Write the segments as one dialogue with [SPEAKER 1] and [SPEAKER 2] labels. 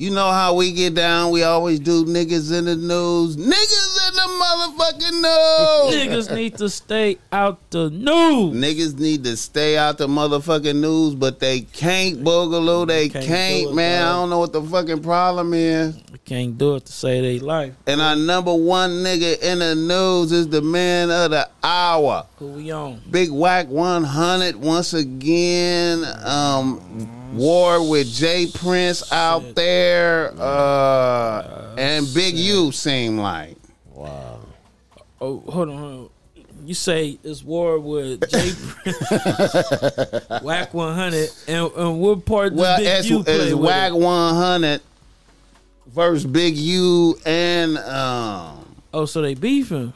[SPEAKER 1] You know how we get down. We always do niggas in the news. Niggas in the motherfucking news.
[SPEAKER 2] Niggas need to stay out the news.
[SPEAKER 1] Niggas need to stay out the motherfucking news, but they can't, Boogaloo. They
[SPEAKER 2] Can't
[SPEAKER 1] can't,
[SPEAKER 2] do it,
[SPEAKER 1] man.
[SPEAKER 2] dog.
[SPEAKER 1] I don't know what the fucking problem is.
[SPEAKER 2] We can't do it to save their life.
[SPEAKER 1] And our number one nigga in the news is the man of the hour.
[SPEAKER 2] Who we on?
[SPEAKER 1] Big Whack 100 once again. Um, war with Jay Prince out there. Uh, and Big U seem like.
[SPEAKER 3] Wow.
[SPEAKER 2] Oh, hold on. Hold on. You say it's war with Jay Whack 100, and, and what part does
[SPEAKER 1] Well,
[SPEAKER 2] Big
[SPEAKER 1] it's,
[SPEAKER 2] U play
[SPEAKER 1] it's
[SPEAKER 2] with
[SPEAKER 1] Whack
[SPEAKER 2] it?
[SPEAKER 1] 100 versus Big U and. Um,
[SPEAKER 2] Oh, so they beefing.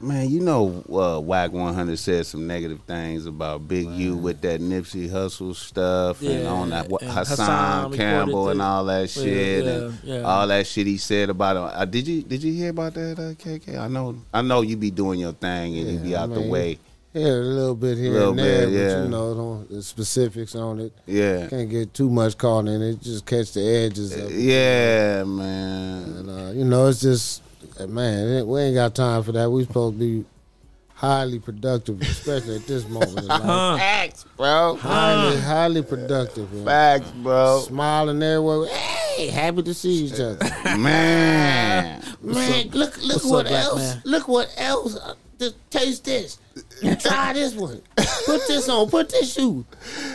[SPEAKER 1] Man, you know, uh, Whack 100 said some negative things about Big U with that Nipsey Hustle stuff and
[SPEAKER 2] Yeah,
[SPEAKER 1] on that wha-
[SPEAKER 2] and
[SPEAKER 1] Hassan,
[SPEAKER 2] Hassan reported
[SPEAKER 1] Campbell and
[SPEAKER 2] that.
[SPEAKER 1] all that
[SPEAKER 2] Yeah,
[SPEAKER 1] shit and
[SPEAKER 2] yeah, yeah.
[SPEAKER 1] all that shit he said about him. Uh, did you did you hear about that, uh, KK? I know I know you be doing your thing and you be
[SPEAKER 3] Yeah, I
[SPEAKER 1] out the
[SPEAKER 3] mean-
[SPEAKER 1] way.
[SPEAKER 3] Yeah, a little bit here
[SPEAKER 1] Little
[SPEAKER 3] and there,
[SPEAKER 1] bit,
[SPEAKER 3] but
[SPEAKER 1] yeah.
[SPEAKER 3] you know, don't, the specifics on it.
[SPEAKER 1] Yeah,
[SPEAKER 3] Can't get too much caught in it. Just catch the edges of it.
[SPEAKER 1] yeah, man.
[SPEAKER 3] And, uh, you know, it's just, uh, man, it- we ain't got time for that. We supposed to be highly productive, especially at this moment in life.
[SPEAKER 2] Huh?
[SPEAKER 1] Facts, bro.
[SPEAKER 3] Highly, highly productive. man.
[SPEAKER 1] Facts, bro.
[SPEAKER 3] Smiling everywhere. Hey, happy to see each other.
[SPEAKER 1] Man,
[SPEAKER 3] Man, look look
[SPEAKER 2] what's
[SPEAKER 3] what
[SPEAKER 2] up, black
[SPEAKER 3] else.
[SPEAKER 2] man?
[SPEAKER 3] Look what else. Uh, Just taste this. Try this one. Put this on. Put this shoe.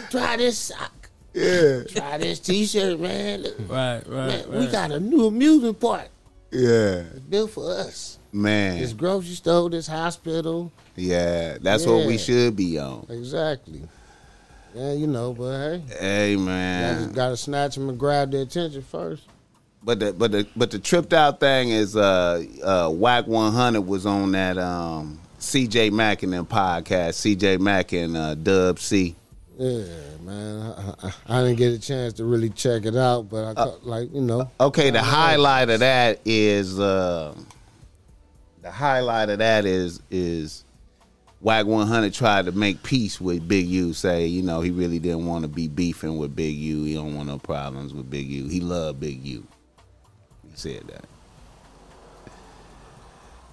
[SPEAKER 3] Try this sock.
[SPEAKER 1] yeah,
[SPEAKER 3] Try this t-shirt, man. Look, man,
[SPEAKER 2] Right, right,
[SPEAKER 3] We
[SPEAKER 2] right.
[SPEAKER 3] got a new amusement park
[SPEAKER 1] yeah,
[SPEAKER 3] built for us. This
[SPEAKER 1] man.
[SPEAKER 3] grocery store, this hospital.
[SPEAKER 1] Yeah, that's what we
[SPEAKER 3] Yeah.
[SPEAKER 1] should be on.
[SPEAKER 3] Exactly. Yeah, you know, but hey,
[SPEAKER 1] Hey,
[SPEAKER 3] I
[SPEAKER 1] man.
[SPEAKER 3] just gotta snatch them and grab their attention first.
[SPEAKER 1] But the but the but the tripped out thing is uh uh Whack One Hundred was on that um CJ Mack and them podcast, CJ Mack and uh Dub C.
[SPEAKER 3] Yeah, man. I, I, I didn't get a chance to really check it out, but I thought, like you know,
[SPEAKER 1] Okay, the highlight of that is uh the highlight of that is is Whack 100 tried to make peace with Big U, say, you know, he really didn't want to be beefing with Big U. He don't want no problems with Big U. He loved Big U. He said that.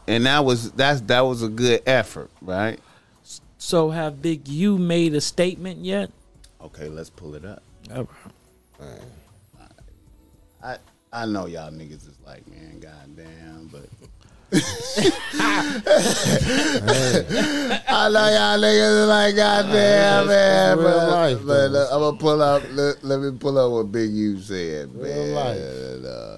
[SPEAKER 1] And that was that's that was a good effort, right?
[SPEAKER 2] So have Big U made a statement yet?
[SPEAKER 1] Okay, let's pull it up.
[SPEAKER 2] Uh,
[SPEAKER 1] I I know y'all niggas is like, man, goddamn, but I know y'all niggas is like, goddamn, man,
[SPEAKER 3] real
[SPEAKER 1] but,
[SPEAKER 3] life,
[SPEAKER 1] but I'm gonna pull up. Let, let me pull up what Big U said, man.
[SPEAKER 3] life.
[SPEAKER 1] Uh,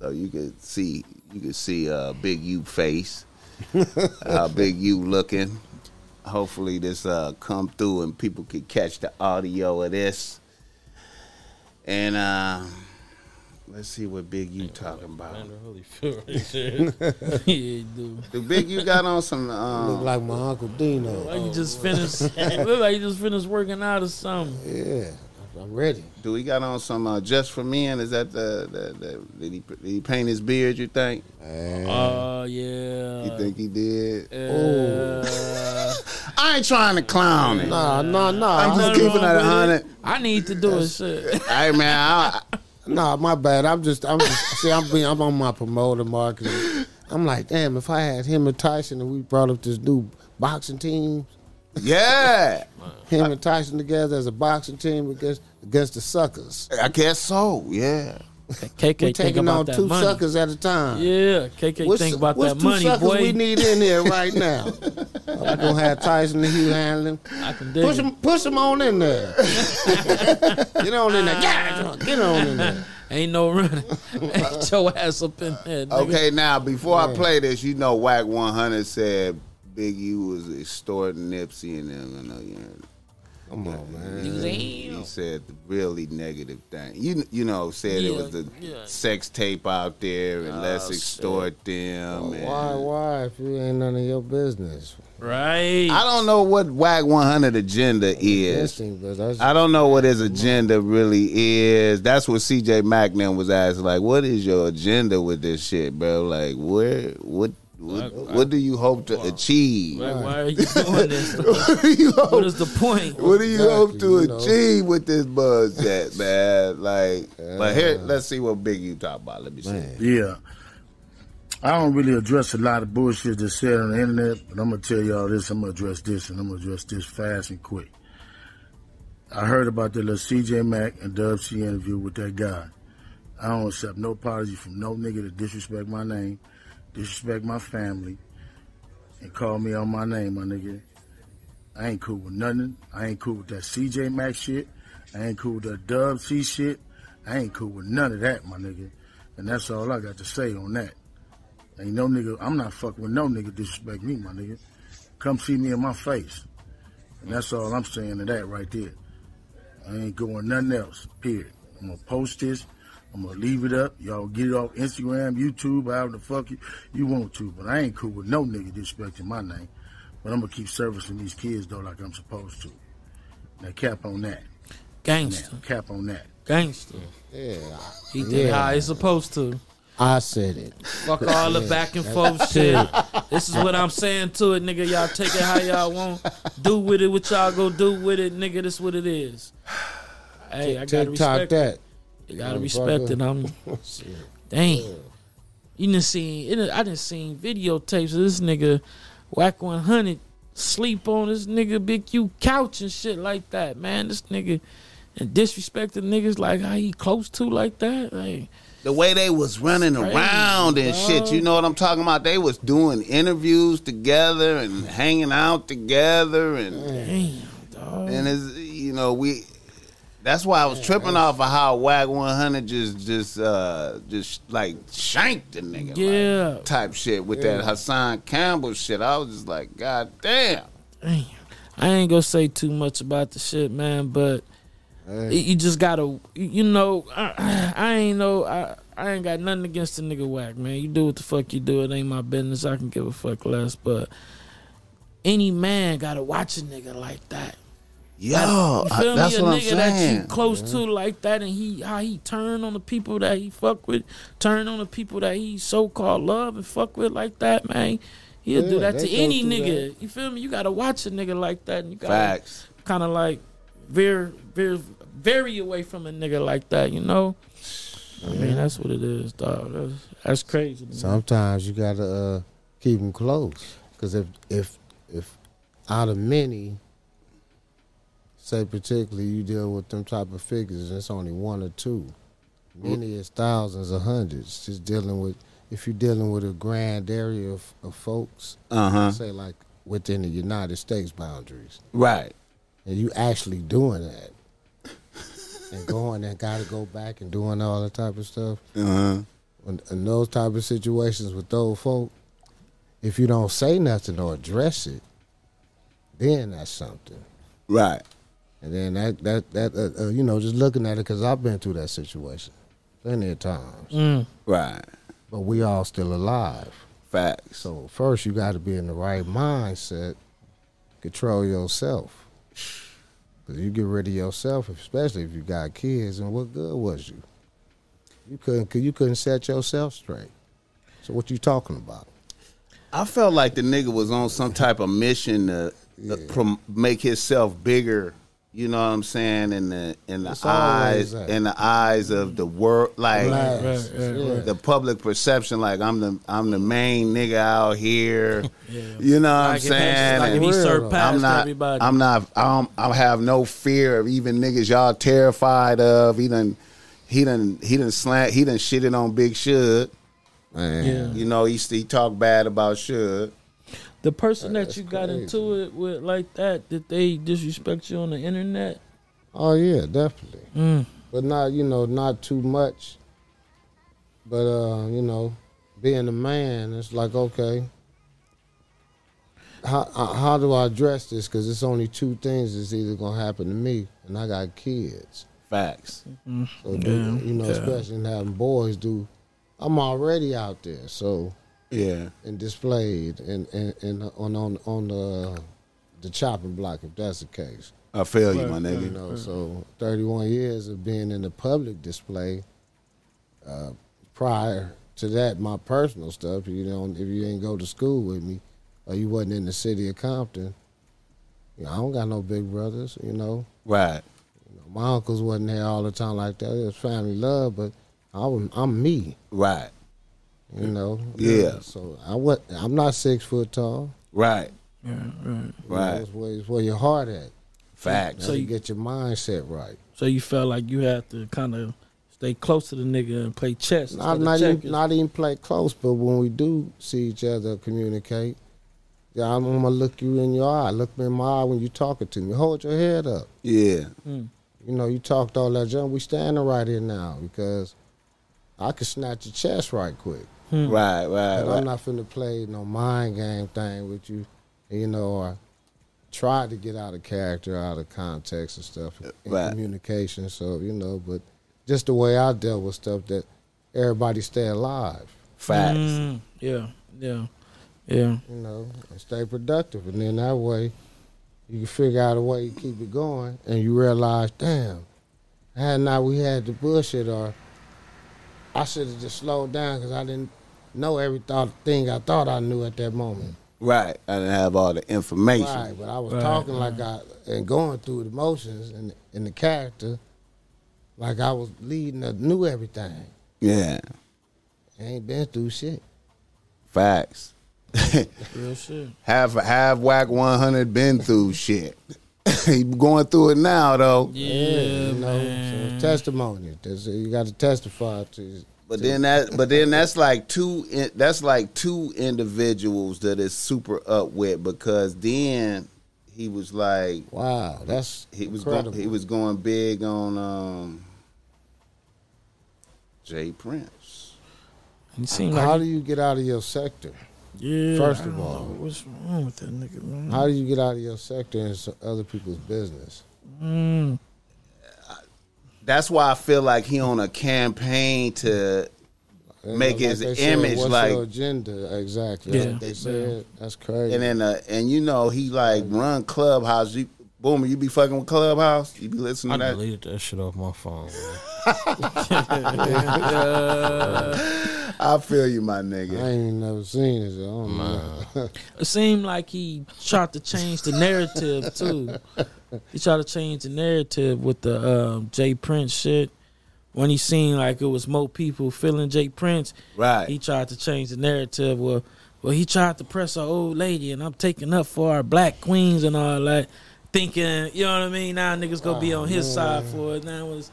[SPEAKER 1] so you could see, you could see uh, Big U face, how Big U looking. Hopefully this uh, come through and people could catch the audio of this. And uh, let's see what Big U talking about.
[SPEAKER 2] yeah, dude.
[SPEAKER 1] The Big U got on some.
[SPEAKER 3] look
[SPEAKER 1] Um,
[SPEAKER 3] like my uncle Dino.
[SPEAKER 2] Like you just finished. look like you just finished working out or something.
[SPEAKER 3] Yeah, I'm ready.
[SPEAKER 1] do he got on some uh, just for men? Is that the, the, the did, he, did he paint his beard? You think?
[SPEAKER 3] Man,
[SPEAKER 2] Oh yeah.
[SPEAKER 1] You think he did?
[SPEAKER 2] Uh,
[SPEAKER 1] I ain't trying to clown him.
[SPEAKER 3] nah, nah,
[SPEAKER 1] I'm
[SPEAKER 3] nah,
[SPEAKER 1] just keeping it a hundred.
[SPEAKER 2] I need to do a shit.
[SPEAKER 1] Hey man, I,
[SPEAKER 3] nah. My bad. I'm just, I'm just. see, I'm being, I'm on my promoter marketing. I'm like, damn. If I had him and Tyson, and we brought up this new boxing team,
[SPEAKER 1] yeah,
[SPEAKER 3] him and Tyson together as a boxing team against against the suckers.
[SPEAKER 1] I guess so. Yeah,
[SPEAKER 2] KK
[SPEAKER 3] We're
[SPEAKER 2] think
[SPEAKER 3] taking
[SPEAKER 2] about
[SPEAKER 3] on
[SPEAKER 2] that
[SPEAKER 3] two
[SPEAKER 2] money.
[SPEAKER 3] suckers at a time.
[SPEAKER 2] Yeah, KK
[SPEAKER 3] What's-
[SPEAKER 2] think about
[SPEAKER 3] what's
[SPEAKER 2] that
[SPEAKER 3] two
[SPEAKER 2] money,
[SPEAKER 3] suckers
[SPEAKER 2] boy.
[SPEAKER 3] we need in here right now? I'm gonna have Tyson and Hugh Handling.
[SPEAKER 2] I can dig
[SPEAKER 3] Push
[SPEAKER 2] it.
[SPEAKER 3] them, push them on in there. get on
[SPEAKER 1] Ah.
[SPEAKER 3] in there. Get, get on in there.
[SPEAKER 2] Ain't no running. Ain't your ass up in there. nigga.
[SPEAKER 1] Okay, now before I play this, you know, Whack 100 said Big U was extorting Nipsey and them. I know you heard it.
[SPEAKER 3] Come on, man.
[SPEAKER 1] He
[SPEAKER 2] Oh.
[SPEAKER 1] said the really negative thing. You you know said it
[SPEAKER 2] Yeah,
[SPEAKER 1] was the
[SPEAKER 2] yeah. Oh,
[SPEAKER 1] sex tape out there and let's extort them. and-
[SPEAKER 3] Why, why? If you ain't none of your business,
[SPEAKER 2] Right.
[SPEAKER 1] I don't know what Whack 100 agenda is.
[SPEAKER 3] Interesting, but that's
[SPEAKER 1] I don't know what his agenda really is. That's what CJ Mack then was asked, like, what is your agenda with this shit, bro? Like, where, what, What,
[SPEAKER 2] Like,
[SPEAKER 1] what do you hope to achieve?
[SPEAKER 2] Like, why are you doing this?
[SPEAKER 1] What do you hope?
[SPEAKER 2] what is the point?
[SPEAKER 1] What do you hope to
[SPEAKER 3] Exactly, you know.
[SPEAKER 1] achieve with this buzz at, man? Like, but here, let's see what Big you talk about. Let me see.
[SPEAKER 4] Yeah. I don't really address a lot of bullshit that's said on the internet, but I'm gonna tell y'all this. I'm gonna address this, and I'm gonna address this fast and quick. I heard about the little CJ Mack and Dub C interview with that guy. I don't accept no apology from no nigga to disrespect my name, disrespect my family, and call me on my name, my nigga. I ain't cool with nothing. I ain't cool with that CJ Mack shit. I ain't cool with that Dub C shit. I ain't cool with none of that, my nigga. And that's all I got to say on that. Ain't no nigga, I'm not fucking with no nigga disrespect me, my nigga. Come see me in my face. And that's all I'm saying to that right there. I ain't going nothing else, period. I'm gonna post this. I'm gonna leave it up. Y'all get it off Instagram, YouTube, however the fuck you, you want to. But I ain't cool with no nigga disrespecting my name. But I'm gonna keep servicing these kids though like I'm supposed to. Now cap on that. Now
[SPEAKER 2] Gangster,
[SPEAKER 4] cap on that.
[SPEAKER 2] gangster.
[SPEAKER 3] Yeah,
[SPEAKER 2] He did
[SPEAKER 3] Yeah.
[SPEAKER 2] how he's supposed to.
[SPEAKER 3] I said it.
[SPEAKER 2] Fuck all the back and forth shit. This is what I'm saying to it, nigga. Y'all take it how y'all want. Do with it what y'all go do with it, nigga. This what it is. Hey, I gotta
[SPEAKER 3] TikTok
[SPEAKER 2] respect it.
[SPEAKER 3] that.
[SPEAKER 2] You gotta respect it. I'm damn. You didn't see. It, I didn't seen videotapes of this nigga whack 100 sleep on this nigga big Q couch and shit like that. Man, this nigga and disrespecting niggas like how he close to like that. Like
[SPEAKER 1] The way they was running
[SPEAKER 2] crazy,
[SPEAKER 1] around and shit, you know what I'm talking about? They was doing interviews together and hanging out together and
[SPEAKER 2] damn, dog.
[SPEAKER 1] and it's you know we. That's why I was tripping off of how Wag 100 just just uh just like shanked the nigga like,
[SPEAKER 2] Yeah.
[SPEAKER 1] type shit with that Hassan Campbell shit. I was just like, God damn.
[SPEAKER 2] Damn. I ain't gonna say too much about the shit, man, but y- you just gotta, you know, I, I ain't no, I, I ain't got nothing against the nigga whack, man. You do what the fuck you do. It ain't my business. I can give a fuck less, but any man gotta watch a nigga like that.
[SPEAKER 1] Yo,
[SPEAKER 2] You
[SPEAKER 1] Oh, I-
[SPEAKER 2] feel me?
[SPEAKER 1] Uh, that's
[SPEAKER 2] a
[SPEAKER 1] what I'm
[SPEAKER 2] nigga that you
[SPEAKER 1] saying.
[SPEAKER 2] close to like that, and he how he turn on the people that he fuck with, turn on the people that he so called love and fuck with like that, man. He'll do
[SPEAKER 3] Yeah,
[SPEAKER 2] that to
[SPEAKER 3] they go
[SPEAKER 2] any
[SPEAKER 3] through
[SPEAKER 2] nigga. You feel me? You gotta watch a nigga like that, and you gotta
[SPEAKER 1] Facts.
[SPEAKER 2] kind of like veer, veer, vary away from a nigga like that. You know? I mean, that's what it is, dog. That's, that's crazy. to me.
[SPEAKER 3] Sometimes you gotta uh, keep them close, because if if if out of many, say particularly you deal with them type of figures, and it's only one or two. Many is thousands or hundreds. Just dealing with if you're dealing with a grand area of, of folks,
[SPEAKER 1] Uh huh.
[SPEAKER 3] say like within the United States boundaries.
[SPEAKER 1] Right.
[SPEAKER 3] and you actually doing that and going and got to go back and doing all that type of stuff
[SPEAKER 1] Uh huh.
[SPEAKER 3] in, in those type of situations with those folk if you don't say nothing or address it then that's something
[SPEAKER 1] Right.
[SPEAKER 3] and then that that that uh, uh, you know just looking at it because i've been through that situation plenty of times
[SPEAKER 1] Right.
[SPEAKER 3] but we all still alive
[SPEAKER 1] Facts.
[SPEAKER 3] so first you got to be in the right mindset control yourself 'Cause you get rid of yourself, especially if you got kids. And what good was you? You couldn't. You couldn't set yourself straight. So what you talking about?
[SPEAKER 1] I felt like the nigga was on some type of mission to uh, prom- make himself bigger. You know what I'm saying? In the in the
[SPEAKER 3] It's
[SPEAKER 1] eyes
[SPEAKER 3] always that.
[SPEAKER 1] in the eyes of the world, like
[SPEAKER 3] Relax.
[SPEAKER 2] right, right,
[SPEAKER 3] Yeah.
[SPEAKER 1] the public perception, like I'm the I'm the main nigga out here. You know what I'm
[SPEAKER 2] Like, it ain't just
[SPEAKER 1] saying?
[SPEAKER 2] like if
[SPEAKER 1] And-
[SPEAKER 2] he
[SPEAKER 3] Real, though.
[SPEAKER 2] surpassed
[SPEAKER 1] I'm not.
[SPEAKER 2] everybody.
[SPEAKER 1] I'm not. I don't, I don't have no fear of even niggas y'all terrified of. He done. He done. He done slant. He done shitted on Big Shug.
[SPEAKER 2] yeah.
[SPEAKER 1] You know he he talk bad about Shug.
[SPEAKER 2] The person that you got
[SPEAKER 3] crazy.
[SPEAKER 2] into it with like that, did they disrespect you on the internet?
[SPEAKER 3] Oh yeah, definitely. But not you know not too much. But uh, you know, being a man, it's like okay. How uh, how do I address this? Because it's only two things that's either gonna happen to me, and I got kids.
[SPEAKER 1] Facts.
[SPEAKER 3] So do, you know, especially in having boys, do I'm already out there, so
[SPEAKER 1] Yeah.
[SPEAKER 3] and displayed and and, and on on on the the chopping block if that's the case.
[SPEAKER 1] I feel you, my nigga.
[SPEAKER 3] You know, so 31 years of being in the public display uh, prior to that, my personal stuff. You know, if you didn't go to school with me, or you wasn't in the city of Compton, you know, I don't got no big brothers. You know,
[SPEAKER 1] Right.
[SPEAKER 3] You know, my uncles wasn't there all the time like that. It was family love, but I was, I'm me.
[SPEAKER 1] Right.
[SPEAKER 3] You know.
[SPEAKER 1] Yeah.
[SPEAKER 3] So I was, I'm not six foot tall.
[SPEAKER 1] Right.
[SPEAKER 2] Yeah, right.
[SPEAKER 3] You know,
[SPEAKER 1] Right.
[SPEAKER 3] It's where, it's where your heart at.
[SPEAKER 1] Facts.
[SPEAKER 3] So
[SPEAKER 2] So
[SPEAKER 3] you
[SPEAKER 2] you-
[SPEAKER 3] get your mindset right.
[SPEAKER 2] So you felt like you had to kind of stay close to the nigga and play chess.
[SPEAKER 3] Not,
[SPEAKER 2] instead of
[SPEAKER 3] not,
[SPEAKER 2] checkers.
[SPEAKER 3] even, not even play close, but when we do see each other communicate, yeah, I'm, gonna look you in your eye, look me in my eye when you talking to me. Hold your head up.
[SPEAKER 1] Yeah.
[SPEAKER 3] You know, you talked all that junk. We standing right here now because I could snatch your chest right quick.
[SPEAKER 1] Right. Right.
[SPEAKER 3] And
[SPEAKER 1] right.
[SPEAKER 3] I'm not finna play no mind game thing with you, you know, or try to get out of character, out of context and stuff in
[SPEAKER 1] Right.
[SPEAKER 3] communication. So, you know, but just the way I dealt with stuff that everybody stay alive,
[SPEAKER 1] Facts.
[SPEAKER 2] Mm, yeah, yeah, yeah.
[SPEAKER 3] you know, and stay productive. And then that way you can figure out a way to keep it going and you realize, damn, had not we had the bullshit or I should have just slowed down because I didn't know every thought, thing I thought I knew at that moment.
[SPEAKER 1] Right. I didn't have all the information.
[SPEAKER 3] Right, but I was
[SPEAKER 2] Right,
[SPEAKER 3] talking like I and going through the motions and and the character, like I was leading, I knew everything.
[SPEAKER 1] Yeah.
[SPEAKER 3] I ain't been through shit.
[SPEAKER 1] Facts.
[SPEAKER 2] Real shit.
[SPEAKER 1] have have whack one hundred been through shit. he going through it now though.
[SPEAKER 2] Yeah,
[SPEAKER 3] you know, so it's testimony. That's, you got to testify to.
[SPEAKER 1] But then that, but then that's like two. in- That's like two individuals that is super up with because then he was like
[SPEAKER 3] Wow, that's
[SPEAKER 1] he was
[SPEAKER 3] incredible.
[SPEAKER 1] going, he was going big on um Jay Prince.
[SPEAKER 2] He seemed
[SPEAKER 3] How
[SPEAKER 2] like
[SPEAKER 3] do you get out of your sector?
[SPEAKER 2] yeah.
[SPEAKER 3] first
[SPEAKER 2] I
[SPEAKER 3] of
[SPEAKER 2] don't
[SPEAKER 3] all-
[SPEAKER 2] know what's wrong with that nigga, man?
[SPEAKER 3] How do you get out of your sector and some other people's business?
[SPEAKER 2] mm,
[SPEAKER 1] That's why I feel like he on a campaign to
[SPEAKER 3] You
[SPEAKER 1] Make his
[SPEAKER 3] uh, they
[SPEAKER 1] image
[SPEAKER 3] what's
[SPEAKER 1] like-
[SPEAKER 3] your agenda exactly. Yeah,
[SPEAKER 2] Yeah.
[SPEAKER 3] they said that's crazy.
[SPEAKER 1] and then uh, and you know he like run Clubhouse. You, Boomer, you be fucking with Clubhouse. You be listening
[SPEAKER 5] I
[SPEAKER 1] to that.
[SPEAKER 5] deleted that shit off my phone. man.
[SPEAKER 1] I feel you, my
[SPEAKER 3] I
[SPEAKER 1] nigga.
[SPEAKER 3] ain't even never seen it. so I don't know.
[SPEAKER 2] it seemed like he tried to change the narrative too. He tried to change the narrative with the um, Jay Prince shit. When he seen like it was more people feeling Jay Prince,
[SPEAKER 1] Right.
[SPEAKER 2] he tried to change the narrative. Well, well, he tried to press our old lady, and I'm taking up for our black queens and all that, thinking, you know what I mean? Now niggas gonna be on
[SPEAKER 1] Oh,
[SPEAKER 2] his side for it. Now it was,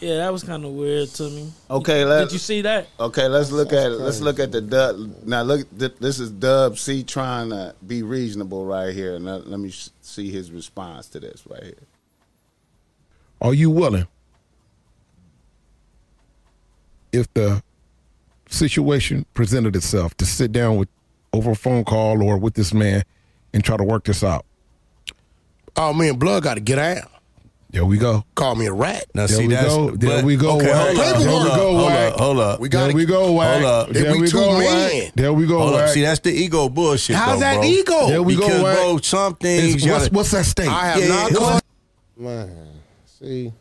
[SPEAKER 2] yeah, that was kind of weird to me.
[SPEAKER 1] Okay, let's.
[SPEAKER 2] Did you see that?
[SPEAKER 1] Okay, let's look at
[SPEAKER 3] that's
[SPEAKER 1] it. Let's look at the dub. Now look, th- this is Dub C trying to be reasonable right here, and let let me sh- see his response to this right here.
[SPEAKER 6] Are you willing? If the situation presented itself to sit down with over a phone call or with this man and try to work this out.
[SPEAKER 7] Oh, me and Blood got to get out.
[SPEAKER 6] There we go.
[SPEAKER 7] Call me a rat.
[SPEAKER 5] Now
[SPEAKER 6] There
[SPEAKER 5] see
[SPEAKER 6] we
[SPEAKER 5] that's
[SPEAKER 6] go. There
[SPEAKER 5] but-
[SPEAKER 6] we go.
[SPEAKER 7] Okay,
[SPEAKER 6] Wack.
[SPEAKER 7] hold up,
[SPEAKER 6] There
[SPEAKER 7] hold
[SPEAKER 6] we
[SPEAKER 7] up,
[SPEAKER 6] go.
[SPEAKER 7] hold
[SPEAKER 6] Wack.
[SPEAKER 7] up, hold up. We
[SPEAKER 6] There
[SPEAKER 7] gotta-
[SPEAKER 6] we go. Wack.
[SPEAKER 7] hold up.
[SPEAKER 6] There
[SPEAKER 7] If we
[SPEAKER 6] we
[SPEAKER 7] two
[SPEAKER 6] go. Wack.
[SPEAKER 7] men-
[SPEAKER 6] There we go.
[SPEAKER 5] Hold up.
[SPEAKER 6] Wack.
[SPEAKER 5] See, that's the ego bullshit.
[SPEAKER 7] How's
[SPEAKER 5] though,
[SPEAKER 7] that
[SPEAKER 5] bro.
[SPEAKER 7] ego?
[SPEAKER 6] There we go,
[SPEAKER 5] because,
[SPEAKER 6] Wack.
[SPEAKER 5] bro, some things.
[SPEAKER 6] It's-
[SPEAKER 5] you
[SPEAKER 6] what's,
[SPEAKER 5] gotta-
[SPEAKER 6] what's at stake?
[SPEAKER 7] I have
[SPEAKER 5] Yeah,
[SPEAKER 7] not
[SPEAKER 5] yeah.
[SPEAKER 7] called.
[SPEAKER 3] Man, see,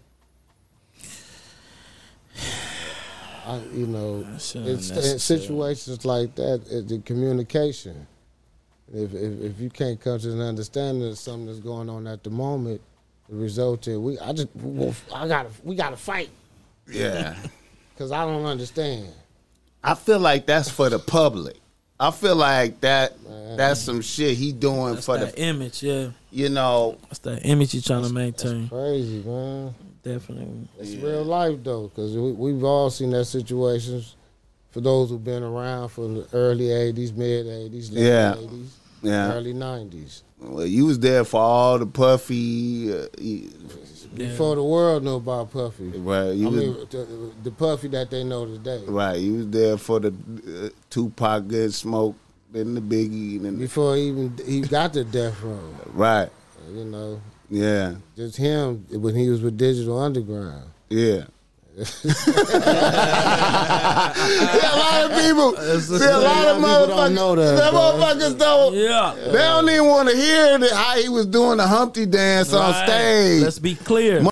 [SPEAKER 3] I you know,
[SPEAKER 2] That's
[SPEAKER 3] it's,
[SPEAKER 2] unnecessary.
[SPEAKER 3] in situations like that, it, the communication. If, if if you can't come to an understanding of something that's going on at the moment, the result is we I just well, I gotta we gotta fight
[SPEAKER 1] Yeah,
[SPEAKER 3] because I don't understand.
[SPEAKER 1] I feel like that's for the public. I feel like that that's some shit he doing
[SPEAKER 2] That's
[SPEAKER 1] for
[SPEAKER 2] that
[SPEAKER 1] the
[SPEAKER 2] image, yeah.
[SPEAKER 1] you know
[SPEAKER 2] That's that image you trying to maintain.
[SPEAKER 3] Crazy man,
[SPEAKER 2] Definitely.
[SPEAKER 3] it's real life though because we, we've all seen that situations. For those who've been around from the early '80s, mid '80s, late
[SPEAKER 1] Yeah.
[SPEAKER 3] '80s,
[SPEAKER 1] Yeah.
[SPEAKER 3] early '90s.
[SPEAKER 1] well, you was there for all the puffy. Uh, you,
[SPEAKER 3] Before the world knew about Puffy.
[SPEAKER 1] right, you
[SPEAKER 3] I
[SPEAKER 1] was,
[SPEAKER 3] mean, the, the Puffy that they know today.
[SPEAKER 1] right, you was there for the uh, Tupac, Good Smoke, then the Biggie, then the,
[SPEAKER 3] Before even he got the death row,
[SPEAKER 1] right,
[SPEAKER 3] you know,
[SPEAKER 1] yeah,
[SPEAKER 3] just him when he was with Digital Underground.
[SPEAKER 1] yeah. Yeah, a lot of people. See, a lot of
[SPEAKER 3] A lot of people don't
[SPEAKER 1] motherfuckers.
[SPEAKER 3] know that,
[SPEAKER 1] them
[SPEAKER 3] bro.
[SPEAKER 1] motherfuckers don't.
[SPEAKER 2] Yeah.
[SPEAKER 1] They don't even want to hear that how he was doing the Humpty dance on
[SPEAKER 2] Right.
[SPEAKER 1] stage.
[SPEAKER 2] Let's be clear.